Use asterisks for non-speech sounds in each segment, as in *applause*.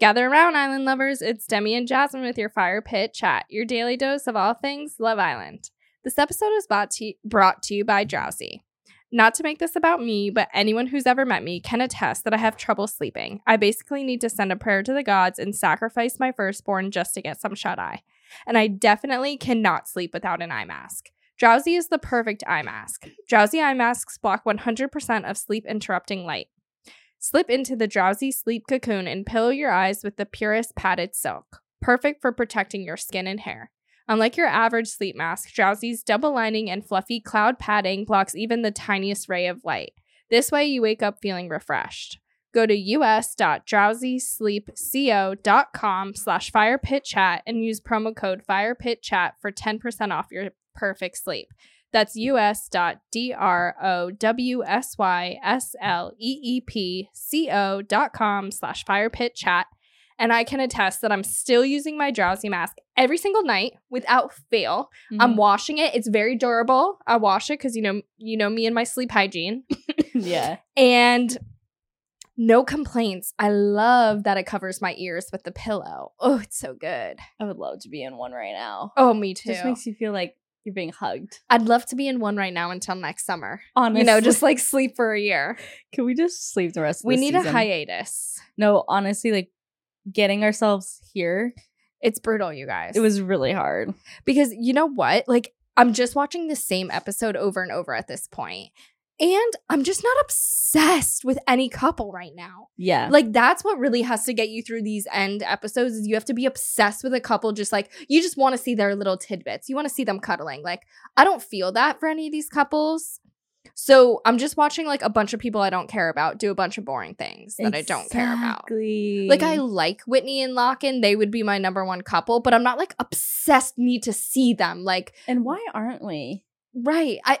Gather around, Island lovers. It's Demi and Jasmine with your Fire Pit Chat, your daily dose of all things Love Island. This episode is brought to, brought to you by Drowsy. Not to make this about me, but anyone who's ever met me can attest that I have trouble sleeping. I basically need to send a prayer to the gods and sacrifice my firstborn just to get some shut eye. And I definitely cannot sleep without an eye mask. Drowsy is the perfect eye mask. Drowsy eye masks block 100% of sleep interrupting light. Slip into the drowsy sleep cocoon and pillow your eyes with the purest padded silk, perfect for protecting your skin and hair. Unlike your average sleep mask, Drowsy's double lining and fluffy cloud padding blocks even the tiniest ray of light. This way, you wake up feeling refreshed. Go to us.drowsysleepco.com slash firepitchat and use promo code firepitchat for 10% off your perfect sleep. That's E us.drowsysleep dot com slash fire pit chat. And I can attest that I'm still using my drowsy mask every single night without fail. I'm Mm. Mm-hmm. washing it. It's very durable. I wash it because you know you know me and my sleep hygiene. *laughs* yeah. And no complaints. I love that it covers my ears with the pillow. Oh, it's so good. I would love to be in one right now. Oh, me too. Just makes you feel like you're being hugged. I'd love to be in one right now until next summer. Honestly, You know, just like sleep for a year. *laughs* can we just sleep the rest? of We this need a season? hiatus. No, honestly, like getting ourselves here, It's brutal, you guys. it was really hard. because you know what? Like, I'm just watching the same episode over and over at this point. And I'm just not obsessed with any couple right now. Yeah, Like, that's what really has to get you through these end episodes is you have to be obsessed with a couple, just like you just want to see their little tidbits. You want to see them cuddling. Like, I don't feel that for any of these couples. So I'm just watching like a bunch of people I don't care about do a bunch of boring things that I don't care about. Exactly. Like I like Whitney and Locken, they would be my number one couple, but I'm not like obsessed need to see them. Like and why aren't we? right, I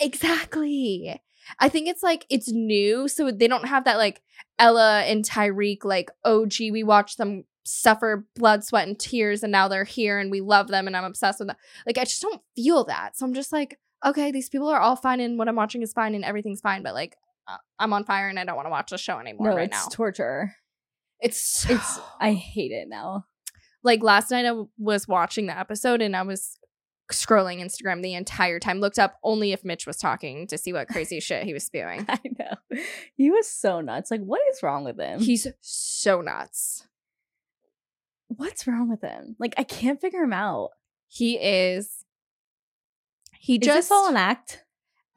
exactly. I think it's like it's new, so they don't have that like Ella and Tyreek like oh gee, we watched them suffer blood, sweat, and tears, and now they're here and we love them and I'm obsessed with them. Like I just don't feel that, so I'm just like okay, these people are all fine and what I'm watching is fine and everything's fine, but like. uh, I'm on fire and I don't want to watch the show anymore No, right it's now. torture. It's so It's I hate it now. *laughs* like last night I w- was watching the episode and I was scrolling Instagram the entire time. Looked up only if Mitch was talking to see what *laughs* crazy shit he was spewing. I know. He was so nuts. Like, what is wrong with him? He's so nuts. what's wrong with him? Like, I can't figure him out. He is. He Is just this all *laughs* an act?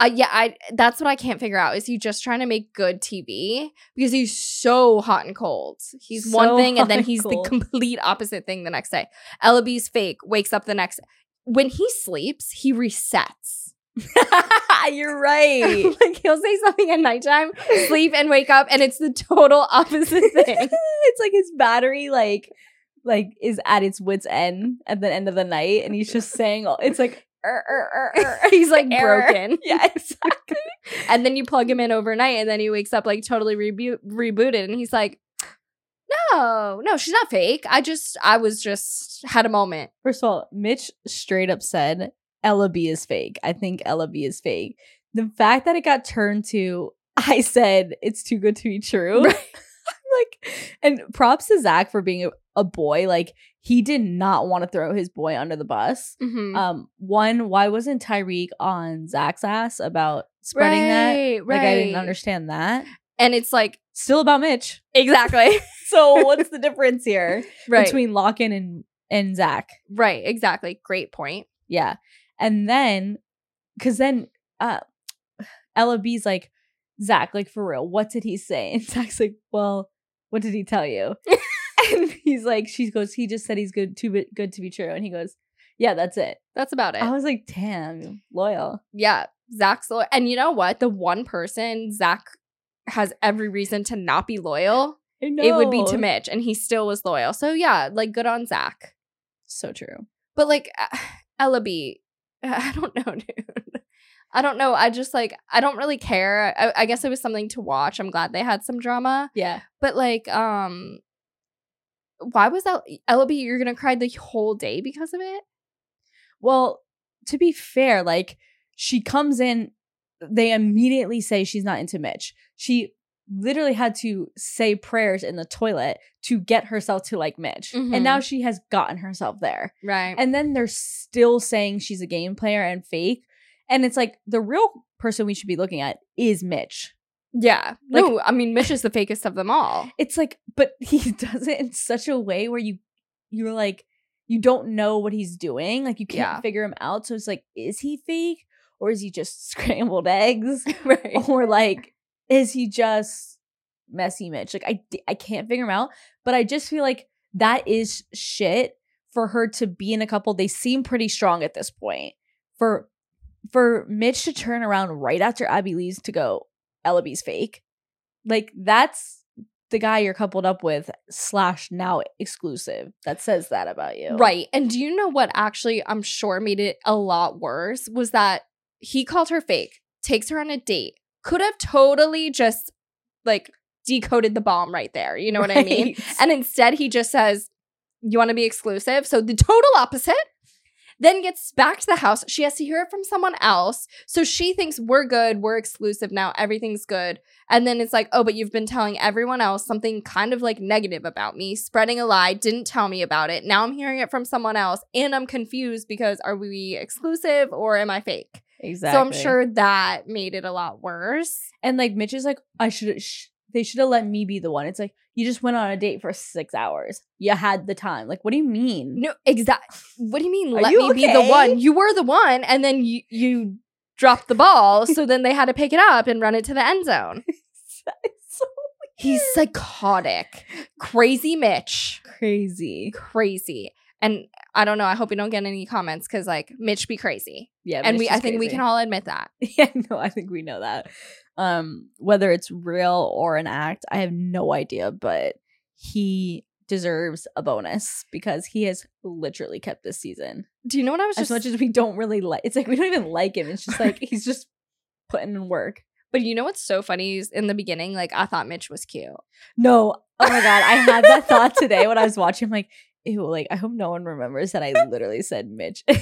uh, yeah, I that's what I can't figure out. Is he just trying to make good TV? Because he's so hot and cold. He's one So thing and hot then and he's cold. the complete opposite thing the next day. Ella B's fake, wakes up the next when he sleeps, he resets. *laughs* You're *laughs* right. like he'll say something at nighttime, sleep and wake up, and it's the total *laughs* opposite thing. *laughs* it's like his battery, like, like is at its wits end at the end of the night, and he's just saying, all- *laughs* "It's like." "Er, er, er, er." He's like Error. broken. yeah, *laughs* exactly. And then you plug him in overnight, and then he wakes up like totally rebu- rebooted, and he's like, "No, no, she's not fake. I just, I was just had a moment." First of all, Mitch straight up said Ella B is fake. I think Ella B is fake. The fact that it got turned to I said it's too good to be true. *laughs* Right. like, and props to Zach for being a, a boy. Like he did not want to throw his boy under the bus. Mhm. Um, one, why wasn't Tyreek on Zach's ass about spreading that? right, Like I didn't right. understand that. And it's like Still about Mitch. exactly *laughs* So *laughs* what's the difference here right, between Locken and and Zach? right, exactly. Great point. Yeah. And then, because then uh, Ella B's like, Zach, like for real, what did he say? And *laughs* Zach's like, well, what did he tell *laughs* you? and he's like, she goes, he just said he's good, too bi- good to be true. And he goes, yeah, that's it. That's about it. I was like, damn, loyal. yeah, Zach's loyal. And you know what? The one person Zach has every reason to not be loyal I it would be to know. Mitch, and he still was loyal. So yeah, like good on Zach. So true. But like uh, *sighs* Ella B, *laughs* I don't know, dude. I don't know. I just like I don't really care. I, I guess it was something to watch. I'm glad they had some drama, Yeah. but like, um, why was that Ella B? You're gonna cry the whole day because of it? Well, to be fair, like she comes in, they immediately say she's not into Mitch. She literally had to say prayers in the toilet to get herself to like Mitch. Mhm. And now she has gotten herself there. Right. And then they're still saying she's a game player and fake. And it's like the real person we should be looking at is Mitch. yeah. like- no, I mean Mitch is the fakest of them all. *laughs* It's like, but he *laughs* does it in such a way where you you're like, you don't know what he's doing. Like you can't Yeah. figure him out. So it's like, is he fake? Or is he just *laughs* scrambled eggs? *laughs* right. or like is he just messy mitch like i d- i can't figure him out but i just feel like that is shit for her to be in a couple they seem pretty strong at this point for for mitch to turn around right after abby leaves to go ellaby's fake like that's the guy you're coupled up with slash now exclusive that says that about you Right. And do you know what actually I'm sure made it a lot worse was that he called her fake, takes her on a date, could have totally just like decoded the bomb right there. You know what I mean? *laughs* Right. And instead he just says, You want to be exclusive? So the total opposite. Then gets back to the house. She has to hear it from someone else. So she thinks we're good, we're exclusive now, everything's good. And then it's like, oh, but you've been telling everyone else something kind of like negative about me, spreading a lie, didn't tell me about it. Now I'm hearing it from someone else and I'm confused because are we exclusive or am I fake? exactly So I'm sure that made it a lot worse. And like Mitch is like, I should sh- they should have let me be the one. It's like you just went on a date for six hours. You had the time. Like, what do you mean? No, exactly. What do you mean? Are let you me be the okay? one. You were the one, and then you you dropped the ball. so then they had to pick it up and run it to the end zone. It's so He's psychotic, crazy Mitch, *laughs* crazy. crazy. And I don't know. I hope we don't get any comments because like Mitch be crazy, Yeah, and Mitch we is I think we crazy. can all admit that. *laughs* Yeah, no, I think we know that. Um, whether it's real or an act, I have no idea. But he deserves a bonus because he has literally kept this season. Do you know what I was As just? much as we don't really like, it's like we don't even like him. It's just like he's just putting in work. but you know what's so funny is in the beginning, like I thought Mitch was cute. No. Oh my god, I had that thought today when I was watching. I'm like, ew, like I hope no one remembers that I literally said Mitch. *laughs* we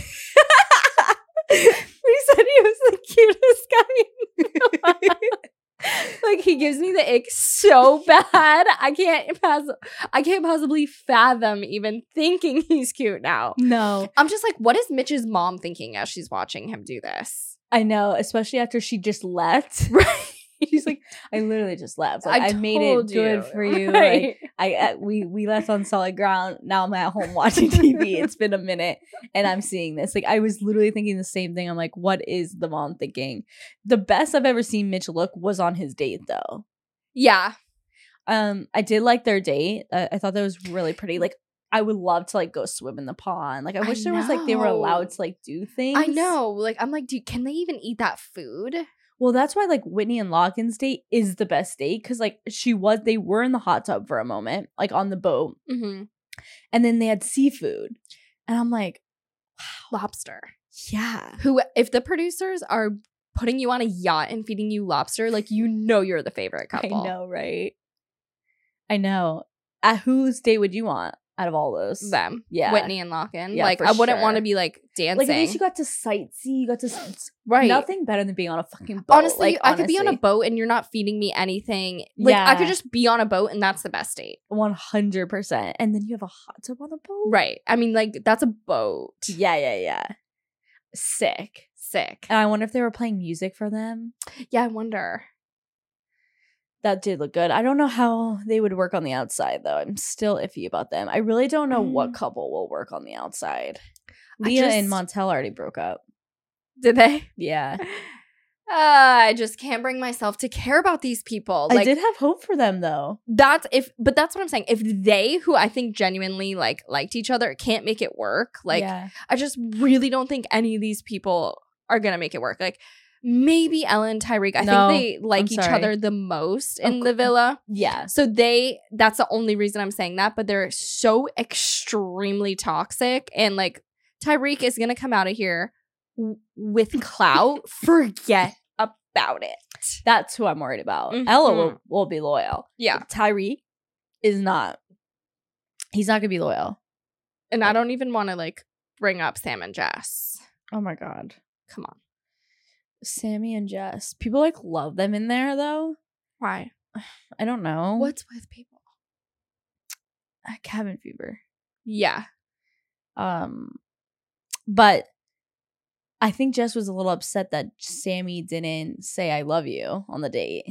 said he was the *laughs* cutest guy. in the world. like he gives me the ick so *laughs* bad. I can't pass. I can't possibly fathom even thinking he's cute now. no, I'm just like, what is Mitch's mom thinking as she's watching him do this? I know, especially after she just left. Right. *laughs* She's like, I literally just left. Like, I, made it told *laughs* good for you. Like, Right. I uh, we we left on solid ground. Now I'm at home *laughs* watching TV. It's been a minute, and I'm seeing this. Like I was literally thinking the same thing. I'm like, what is the mom thinking? The best I've ever seen Mitch look was on his date, though. yeah. Um, I did like their date. Uh, I thought that was really pretty. Like I would love to like go swim in the pond. Like I I wish there was like they were know. allowed to like do things. I know. Like, I'm like, dude, can they even eat that food? Well, that's why like Whitney and Logan's date is the best date because like she was they were in the hot tub for a moment, like on the boat. Mm-hmm. and then they had seafood. And I'm like, Lobster. yeah. Who, if the producers are putting you on a yacht and feeding you lobster, like, you know you're the favorite couple. I know, right? I know. At whose day would you want out of all those? Them. Yeah. Whitney and Locken. Yeah, like, for I wouldn't want to sure. be like dancing. Like at least you got to sightsee. You got to s- right. Mm, nothing better than being on a fucking boat. Honestly, like, I could be on a honestly. boat and you're not feeding me anything. Like, I could Yeah. just be on a boat and that's the best date. 100%. And then you have a hot tub on the boat? Right. I mean, like, that's a boat. Yeah, Uh, yeah, yeah. Sick. Sick. And I wonder if they were playing music for them. Yeah, I wonder. That did look good. I don't know how they would work on the outside though. I'm still iffy about them. I really don't know what Mm. couple will work on the outside. I Leah and just- Montel already broke up. Did they? Yeah. *laughs* Uh, I just can't bring myself to care about these people. Like I did have hope for them though. that's if but that's what I'm saying. If they who I think genuinely like liked each other can't make it work, like Yeah. I just really don't think any of these people are gonna make it work. Like maybe Ellen and Tyreek, I No, think they like each sorry. Oh, other the most in Of the cou- villa. Yeah. So they that's the only reason I'm saying that, but they're so extremely toxic and like Tyreek is going to come out of here w- with clout. Forget about it. That's who I'm worried about. Ella will, will be loyal. Yeah. Tyree is not. He's not gonna be loyal. And I don't even want to like bring up Sam and Jess. Oh my god. Come on. Sammy and Jess. People like love them in there though. Why? I don't know. What's with people? Uh, cabin fever? Yeah. Um, but I think Jess was a little upset that Sammy didn't say "I love you" on the date.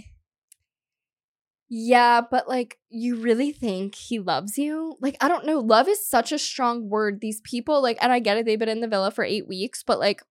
Yeah, but like, you really think he loves you? Like, I don't know. Love is such a strong word. These people, like, and I get it, they've been in the villa for eight weeks, but like,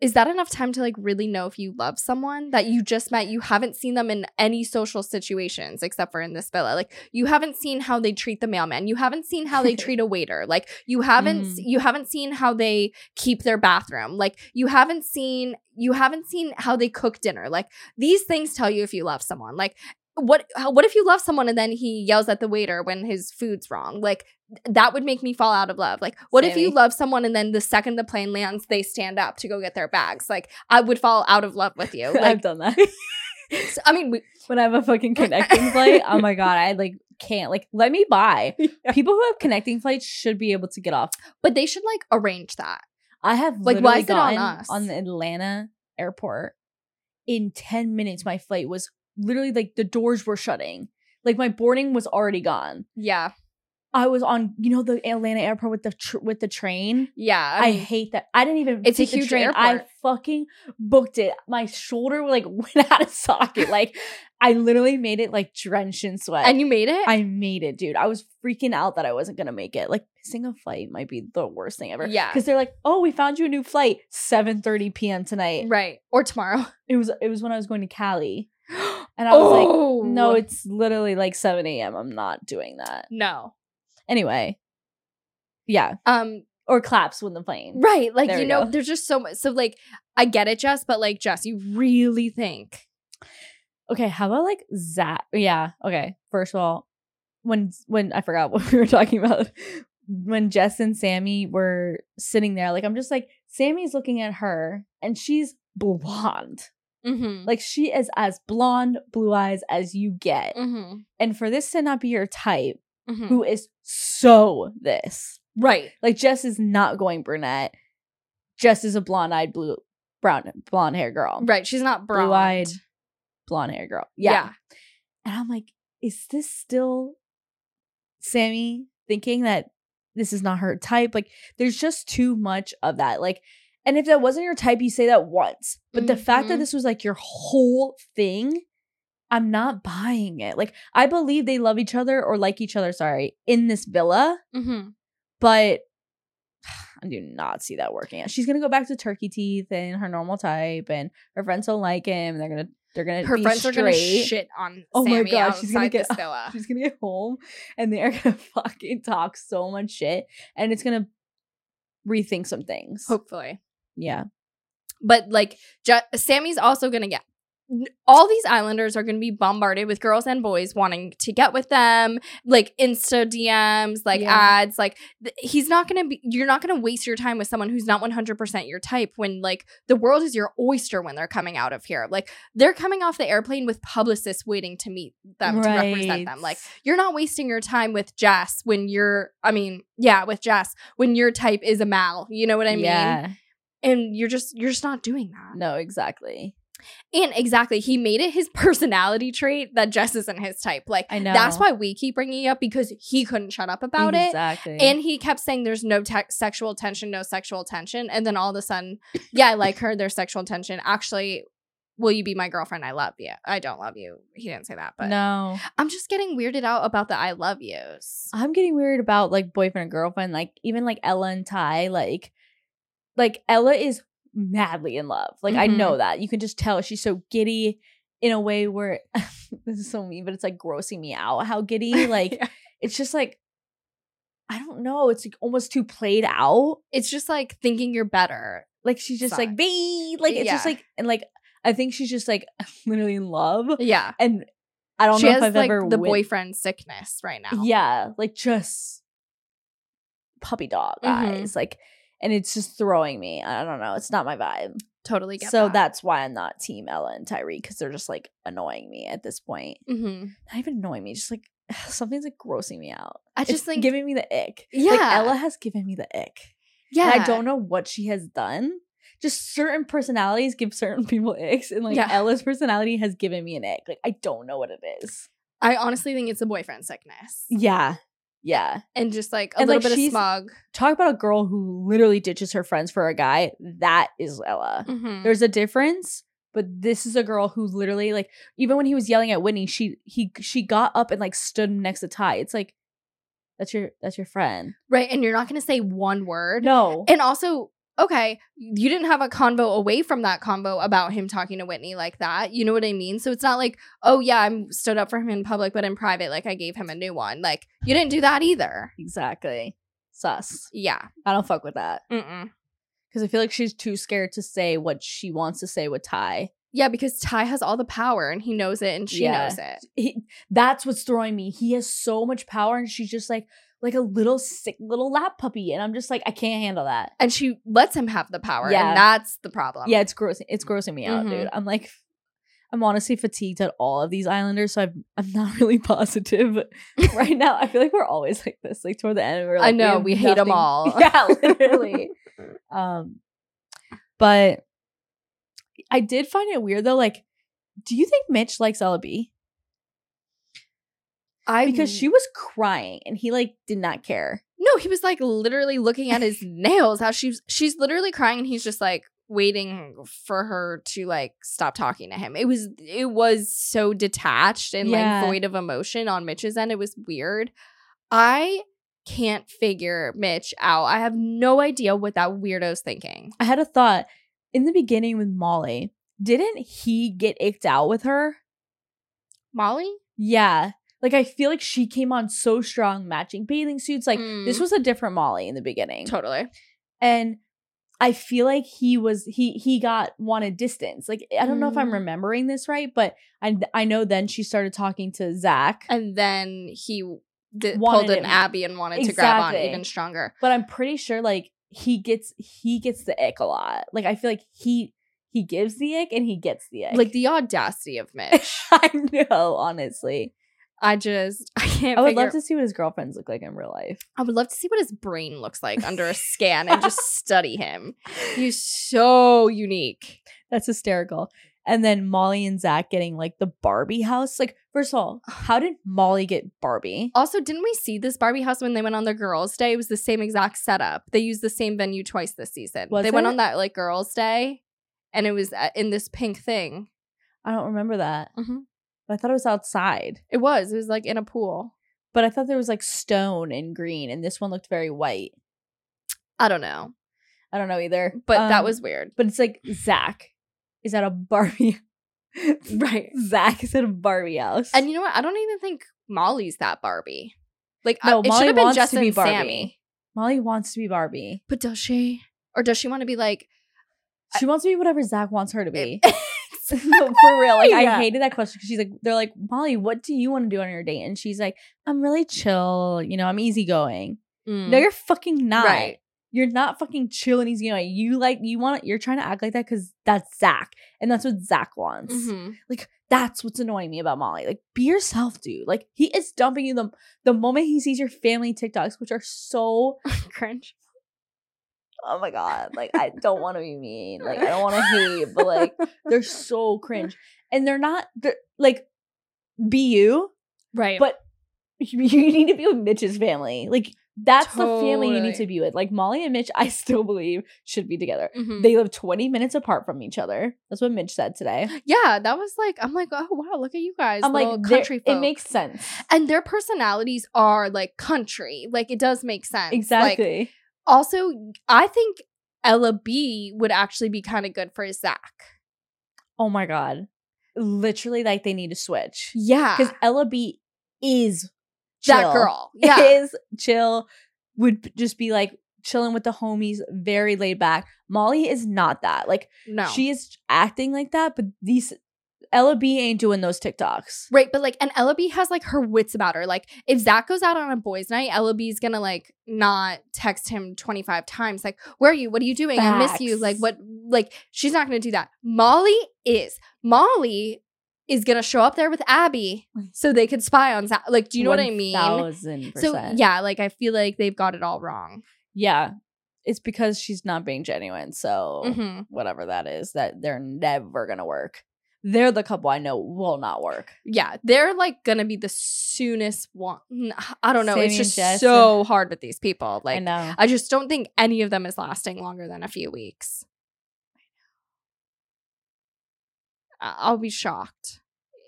is that enough time to like really know if you love someone that you just met? You haven't seen them in any social situations except for in this villa. Like, you haven't seen how they treat the mailman. You haven't seen how they treat a waiter. Like, you haven't Mhm. you haven't seen how they keep their bathroom. Like, you haven't seen you haven't seen how they cook dinner. Like these things tell you if you love someone like what how- what if you love someone and then he yells at the waiter when his food's wrong like that would make me fall out of love like what if you Sammy. love someone and then the second the plane lands they stand up to go get their bags like i would fall out of love with you *laughs* I've like *laughs* done that so- i mean we, when I have a fucking connecting flight. Oh my god, I like can't like let me *laughs* buy. People who have connecting flights should be able to get off. but they should like arrange that I have Like, like why why is it on gotten on, us? the Atlanta airport in 10 minutes my flight was literally like the doors were shutting. Like my boarding was already gone. yeah I was on you know the Atlanta airport with the tr- with the train. yeah I, mean, hate that. I didn't even It's a take the huge train. I airport. fucking booked it. My shoulder like *laughs* went out of socket. Like I literally made it like drenched in sweat. and you made it I made it, dude. I was freaking out that I wasn't gonna make it. Like missing a flight might be the worst thing ever. Yeah. because they're like, oh, we found you a new flight, seven thirty p.m. tonight. right or tomorrow It was it was when I was going *gasps* to Cali, and *laughs* I was like, no, it's it's literally like seven a.m. I'm not doing that no anyway. Yeah, um or claps when the plane. Right. Like, There you we know, go. there's just so much. So, like, I get it, Jess, but like, Jess, you really think. Okay, how about like Zach? Yeah. Okay. First of all, when when I forgot *laughs* what we were talking about, when Jess and Sammy were sitting there, like I'm just like Sammy's looking at her, and she's blonde. Mm-hmm. Like she is as blonde, blue eyes as you get. Mm-hmm. And for this to not be your type, Mm. who is so this, Right. like Jess is not going brunette. Jess is a blonde eyed, blue, brown, blonde hair girl. Right. She's not blonde. Blue-eyed. blonde hair girl. Yeah. Yeah. And I'm like, is this still Sammy thinking that this is not her type? Like, there's just too much of that. Like, and if that wasn't your type, you say that once. But the fact Mhm. that this was like your whole thing, I'm not buying it. Like, I believe they love each other or like each other, sorry, in this villa, Mm-hmm. but *sighs* I do not see that working out. She's gonna go back to turkey teeth and her normal type, and her friends don't like him. They're gonna they're gonna Her be friends are going to straight. shit on Oh my Sammy God, outside she's gonna this get- villa. *laughs* She's gonna get home and they are *laughs* gonna fucking talk so much shit and it's gonna rethink some things. Hopefully. Yeah. But like, Je- Sammy's also going to get. All these islanders are going to be bombarded with girls and boys wanting to get with them, like Insta DMs, like Yeah. ads. Like, th- he's not going to be, you're not going to waste your time with someone who's not 100% your type when, like, the world is your oyster when they're coming out of here. Like, they're coming off the airplane with publicists waiting to meet them to represent them. Like, you're not wasting your time with Jess when you're, I mean, yeah, with Jess when your type is a Mal. You know what I mean? Yeah. And you're just, you're just not doing that. No, exactly. And exactly, he made it his *laughs* personality trait that Jess isn't his type. Like, I know. that's why we keep bringing it up because he couldn't shut up about it. Exactly. And he kept saying there's no te- sexual tension, no sexual tension. And then all of a sudden, yeah, I like her, there's sexual tension. Actually, will you be my girlfriend? I love you. I don't love you. He didn't say that, but no. I'm just getting weirded out about the I love yous. I'm getting weird about like boyfriend and girlfriend, like even like Ella and Ty, like like Ella is madly in love. Like I Mhm. know that. You can just tell she's so giddy in a way where *laughs* this is so mean, but it's like grossing me out *laughs* how giddy. Like Yeah. it's just like I don't know. It's like almost too played out. It's just like thinking you're better. Like she's just like Sucks. babe. Like it's just Yeah. like and like I think she's just like *laughs* literally in love. Yeah. And I don't She know has if I've like ever the wit- boyfriend sickness right now. yeah, like just puppy dog Mhm. eyes. Like, and it's just throwing me. I don't know. It's not my vibe. Totally get So that. that's why I'm not Team Ella and Tyree because they're just like annoying me at this point. Mhm. Not even annoying me, just like *sighs* something's like grossing me out. I It's just think, giving me the ick. yeah. Like Ella has given me the ick. yeah. And I don't know what she has done. just certain personalities give certain *laughs* people icks, and like Yeah. Ella's personality has given me an ick. Like I don't know what it is. I honestly think it's a boyfriend sickness Yeah, yeah. and just like a And, little like, bit of she's- smog. Talk about a girl who literally ditches her friends for a guy. That is Ella. Mhm. There's a difference, but this is a girl who literally like even when he was yelling at Whitney, she he she got up and like stood next to Ty. It's like that's your that's your friend. Right. And you're not going to say one word. No. And also, okay, you didn't have a convo away from that convo about him talking to Whitney like that. You know what I mean? So it's not like, oh, yeah, I'm stood up for him in public, but in private, like I gave him a new one. Like you didn't do that either. Exactly. Sus. Yeah. I don't fuck with that. Mm-mm. Because I feel like she's too scared to say what she wants to say with Ty. Yeah, because Ty has all the power and he knows it and she Yeah. knows it. He, that's what's throwing me. He has so much power and she's just like like a little sick little lap puppy. And I'm just like, I can't handle that. And she lets him have the power. Yeah. And that's the problem. Yeah, it's gross. It's grossing me out, Mhm. dude. I'm like, I'm honestly fatigued at all of these islanders, so I'm I'm not *laughs* *laughs* really positive right now. I feel like we're always like this, like toward the end. We're I like, know, have we hate 'em nothing- all. *laughs* Yeah, *laughs* literally. um, but I did find it weird though. Like, do you think Mitch likes Ella B? I Because she was crying and he like did not care. No, he was like literally looking at his nails. How she's she's literally crying, and he's just like waiting for her to like stop talking to him. It was it was so detached and Yeah. like void of emotion on Mitch's end. It was weird. I can't figure Mitch out. I have no idea what that weirdo's thinking. I had a thought in the beginning with Molly. Didn't he get icked out with her? Molly? Yeah. Like I feel like she came on so strong matching bathing suits. Like this Mm. was a different Molly in the beginning. Totally. And I feel like he was he he got wanted distance. Like I don't know if I'm Mm. remembering this right, but I I know then she started talking to Zach. And then he d- Wanted pulled an him. Abby and wanted to grab on Exactly. even stronger. But I'm pretty sure like he gets he gets the ick a lot. Like I feel like he he gives the ick and he gets the ick. Like the audacity of Mitch. *laughs* I know, honestly. I just I can't. I would figure love to see what his girlfriends look like in real life. I would love to see what his brain looks like under a scan and *laughs* just study him. He's so unique. That's hysterical. And then Molly and Zach getting like the Barbie house. Like, first *sighs* of all, how did Molly get Barbie? Also, didn't we see this Barbie house when they went on their girls' day? It was the same exact setup. They used the same venue twice this season. Was they went it? on that like girls' day and it was uh, in this pink thing. I don't remember that. Mhm. But I thought it was outside. It was, it was like in a pool. But I thought there was like stone and green, and this one looked very white. I don't know, I don't know either. but that Um, was weird. But it's like Zach is at a Barbie. *laughs* Right. Zach is at a Barbie house. And you know what? I don't even think Molly's that Barbie. Like, No, I, it Molly should have been wants to Justin be and Barbie. Sammy. Molly wants to be Barbie. But does she? Or does she want to be like, She wants to be whatever Zach wants her to be. *laughs* *laughs* No, for real. Like I Yeah. hated that question because she's like, they're like, Molly, what do you want to do on your date? And she's like, I'm really chill. You know, I'm easygoing. No, you're fucking Mm, not. Mm. Right. You're not fucking chill and easygoing. You like, you want, you're trying to act like that because that's Zach, and that's what Zach wants. Mhm. Like that's what's annoying me about Molly. Like, be yourself, dude. Like he is dumping you the the moment he sees your family TikToks, which are so. cringe. Oh my god! Like I don't want to be mean. Like I don't want to hate, *laughs* but like they're so cringe and they're not they're, like be you *laughs* *laughs* right. but you you need to be with mitch's family like that's the family you need Totally. to be with like molly and mitch i *laughs* still believe should be together Mhm. they live 20 minutes apart from each other that's what mitch said today yeah, that was like I'm like oh wow, look at you guys, i'm like little they're- country folk. it makes sense and their personalities are like country, like it does make sense. Like, exactly also, I think Ella B would actually be kind of good for Zach. oh my god literally like they need to switch Yeah, because ella b is *laughs* that chill. *laughs* girl. Yeah, is chill, would p- just be like chilling with the homies, very laid back. Molly is not that. Like no, she is acting like that, but these Ella B ain't doing those TikToks. Right, but like, and Ella B has like her wits about her. Like, if Zach goes out on a boys' night, Ella B's gonna like not text him twenty five times. Like, where are you? What are you doing? I miss you. Facts. Like, what? Like, she's not gonna do that. Molly is. Molly is gonna show up there with Abby so they could spy on Zach. Like, do you know what I mean? Thousand So yeah, like I feel like they've got it all wrong. yeah. it's because she's not being genuine. So hmm whatever that is, that they're never gonna work. They're the couple I know will not work. Yeah, they're like gonna be the soonest one. N- I don't know. Sammy and it's just Jess so hard with these people. I Like, I, know. just don't think any of them is lasting longer than a few weeks. I- I'll be shocked. Uh,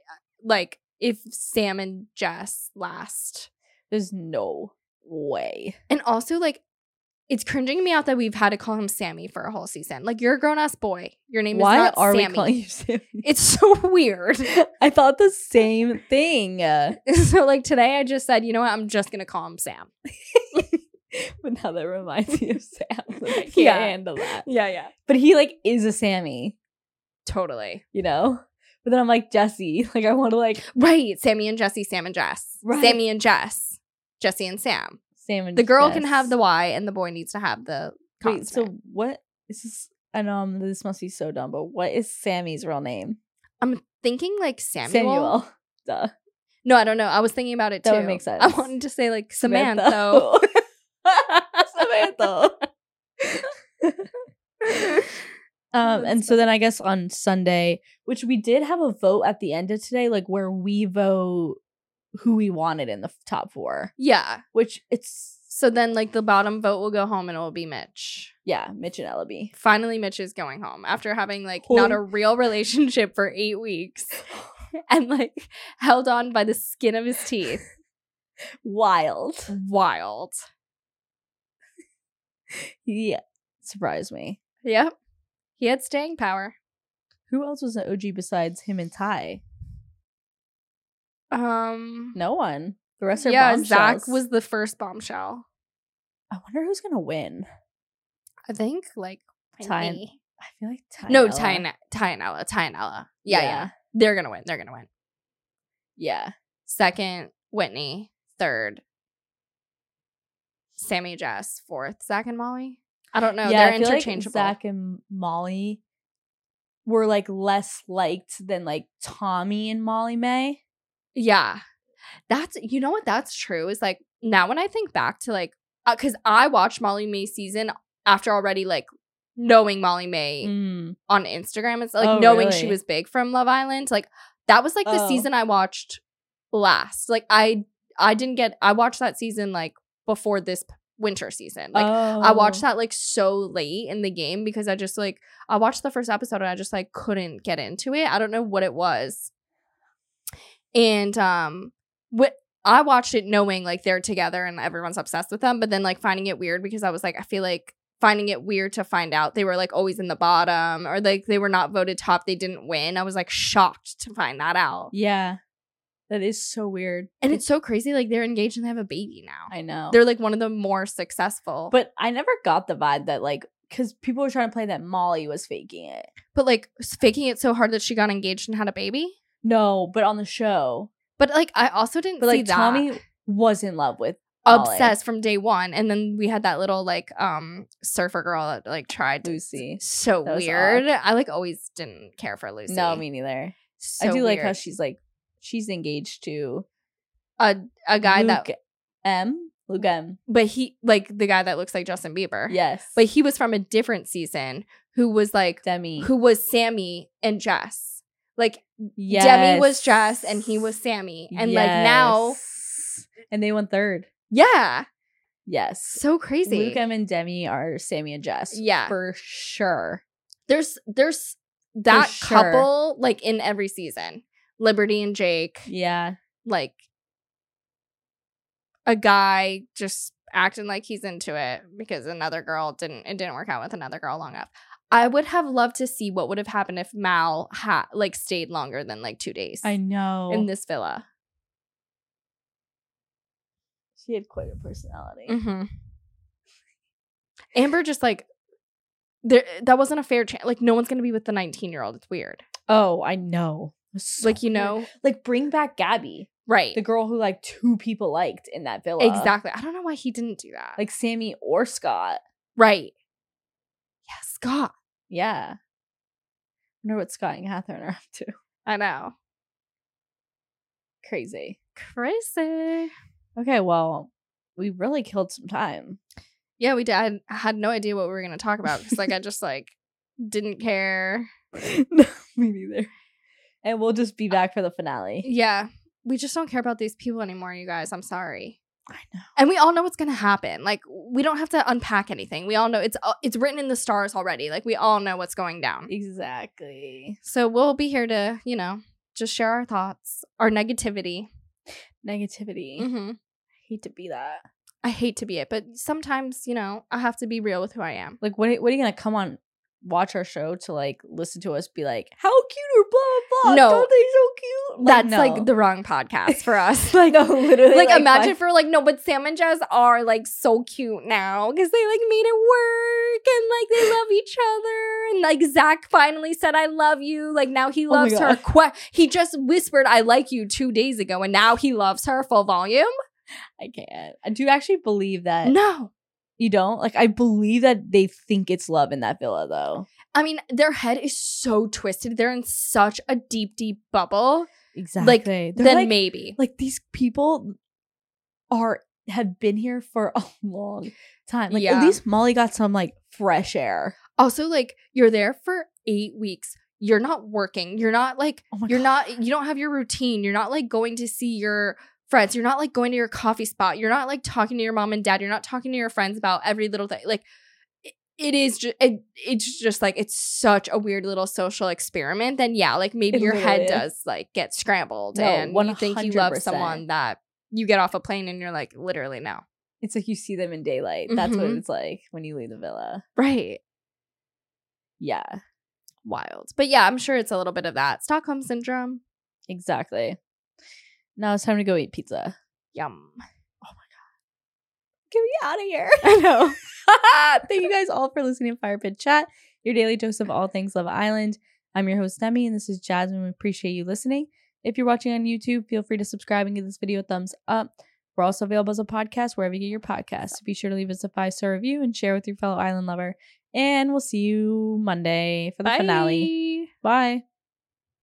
Like, if Sam and Jess last. There's no way. And also, like, it's cringing me out that we've had to call him Sammy for a whole season. Like, you're a grown ass boy. Your name Why is not are Sammy. we calling you Sammy? *laughs* *laughs* it's so weird. *laughs* I thought the same thing. Uh, *laughs* so like today I just said, you know what, I'm just gonna call him Sam. but now that reminds me of Sam. *laughs* I can't Yeah. handle that. Yeah, yeah. But he like is a Sammy, Totally. you know? *laughs* But then I'm like, Jesse, *laughs* like I want to like Right. Sammy and Jesse, Sam and Jess. Right. Sammy and Jess. Jesse and Sam. Sam and The girl can Jess. have the Y and the boy needs to have the Wait, so consonant. what is this? I know um, this must be so dumb, but what is Sammy's real name? I'm thinking like Samuel. *laughs* Duh. No, I don't know. I was thinking about it That too. would make sense. *laughs* I wanted to say like *laughs* Samantha. Samantha. *laughs* um, and That's so then I guess on Sunday, which we did have a vote at the end of today, like where we vote who we wanted in the f- top four, yeah. which it's, So then like the bottom vote will go home and it will be Mitch. yeah, Mitch and Ellaby. Finally Mitch is going home after having like Home. not a real relationship for 8 *laughs* weeks. and like held on by the skin of his teeth. Wild. Wild. Yeah. Surprised me. Yep. He had staying power. Who else was an OG besides him and Ty? Um No one. The rest are Yeah, Zach bombshells. was the first bombshell. I wonder who's gonna win. I think like Ty and- Whitney. I feel like Ty. No, and Ty Ella. and Ty and Ella. Ty and Ella. Yeah, yeah, They're gonna win. They're gonna win. yeah, Second, Whitney. Third. Sammy Jess. Fourth, Zach and Molly. I don't know. Yeah, I They're feel like interchangeable. Zach and Molly were like less liked than like Tommy and Molly May. Yeah. That's you know what that's true is like now when I think back to like uh, cuz I watched Molly May season after already like knowing Molly May Mm. on Instagram it's like Oh, knowing she really? was big from Love Island like that was like the Oh. season I watched last like I I didn't get I watched that season like before this p- winter season like I watched Oh. that like so late in the game because I just like I watched the first episode and I just like couldn't get into it. I don't know what it was. And um what I watched it knowing like they're together and everyone's obsessed with them, but then like finding it weird because I was like I feel like finding it weird to find out they were like always in the bottom or like they were not voted top, they didn't win. I was like shocked to find that out. Yeah, that is so weird. And it's so crazy like they're engaged and they have a baby now. I know. They're like one of the more successful. but I never got the vibe that like because people were trying to play that Molly was faking it. But like s- faking it so hard that she got engaged and had a baby. No, but on the show, But like I also didn't but see like that. Tommy was in love with Molly. obsessed from day one, and then we had that little like um surfer girl that like tried to. Lucy. So That was weird. I like always didn't care for Lucy. No, me neither. So I do like how weird. she's like she's engaged to a guy that, Luke M. Luke M. but he like the guy that looks like Justin Bieber. Yes, but he was from a different season. Who was like Demi. who was Sammy and Jess. Like Yes. Demi was Jess and he was Sammy, and like now, Yes. and they won third. yeah, Yes, so crazy. Luke M. and Demi are Sammy and Jess. Yeah. for sure. there's there's that sure. couple like in every season liberty and jake Yeah, like a guy just acting like he's into it because another girl didn't it didn't work out with another girl long enough i would have loved to see what would have happened if mal had like stayed longer than like two days I know. in this villa she had quite a personality. mm-hmm. amber just like there that wasn't a fair chance like no one's gonna be with the 19 year old it's weird Oh, I know. So like you weird. know like bring back Gabby, right the girl who like two people liked in that villa. Exactly. I don't know why he didn't do that. like Sammy or Scott. right. Yeah, Scott. Yeah. I wonder what Scott and Catherine are *laughs* up to. I know. Crazy. Crazy. Okay, well, we really killed some time. *laughs* Yeah, we did. I had no idea what we were going to talk about because, like, I just like didn't *laughs* care. no, me neither. And we'll just be back for the finale. Yeah, we just don't care about these people anymore, you guys. I'm sorry. I know. And we all know what's going to happen. Like, we don't have to unpack anything. We all know it's it's written in the stars already. Like, we all know what's going down. E Exactly. So we'll be here to, you know, just share our thoughts, our negativity. Negativity. hmm Hate to be that. I hate to be it, but sometimes, you know, I have to be real with who I am. Like, what? What are you gonna come on? Watch our show to like listen to us be like, how cute or blah blah blah. No. don't they so cute? That's no. like the wrong podcast for us. *laughs* like no, *laughs* literally. like, imagine five- for like no, but Sam and Jazz are like so cute now because they like made it work and like they *laughs* love each other and like Zach finally said I love you. Like now he Oh my loves her. God. Qu- he just whispered I like you two days ago and now he loves her full volume. I can't. I do actually believe that No, you don't. Like I believe that they think it's love in that villa though. I mean their head is so twisted. They're in such a deep, deep bubble. Exactly. then like, maybe like these people are have been here for *laughs* a long time. Like Yeah. at least Molly got some like fresh air. also like you're there for eight weeks you're not working you're not like Oh my you're God. not you don't have your routine you're not like going to see your friends you're not like going to your coffee spot you're not like talking to your mom and dad you're not talking to your friends about every little thing like it, it is just it, it's just like it's such a weird little social experiment then yeah like maybe It your head literally is. does like get scrambled No, and you think you love 100%. someone that you get off a plane and you're like literally no It's like you see them in daylight. That's what Mhm. it's like when you leave the villa. right Yeah, wild but yeah i'm sure it's a little bit of that stockholm syndrome exactly. Now it's time to go eat pizza. Yum. Get me out of here. I know. *laughs* Thank you guys all for listening to Fire Pit Chat, your daily dose of all things Love Island. I'm your host, Demi, and this is Jasmine. We appreciate you listening. If you're watching on YouTube, feel free to subscribe and give this video a thumbs up. We're also available as a podcast wherever you get your podcasts. Be sure to leave us a five star review and share with your fellow island lover. And we'll see you Monday for the finale. Bye.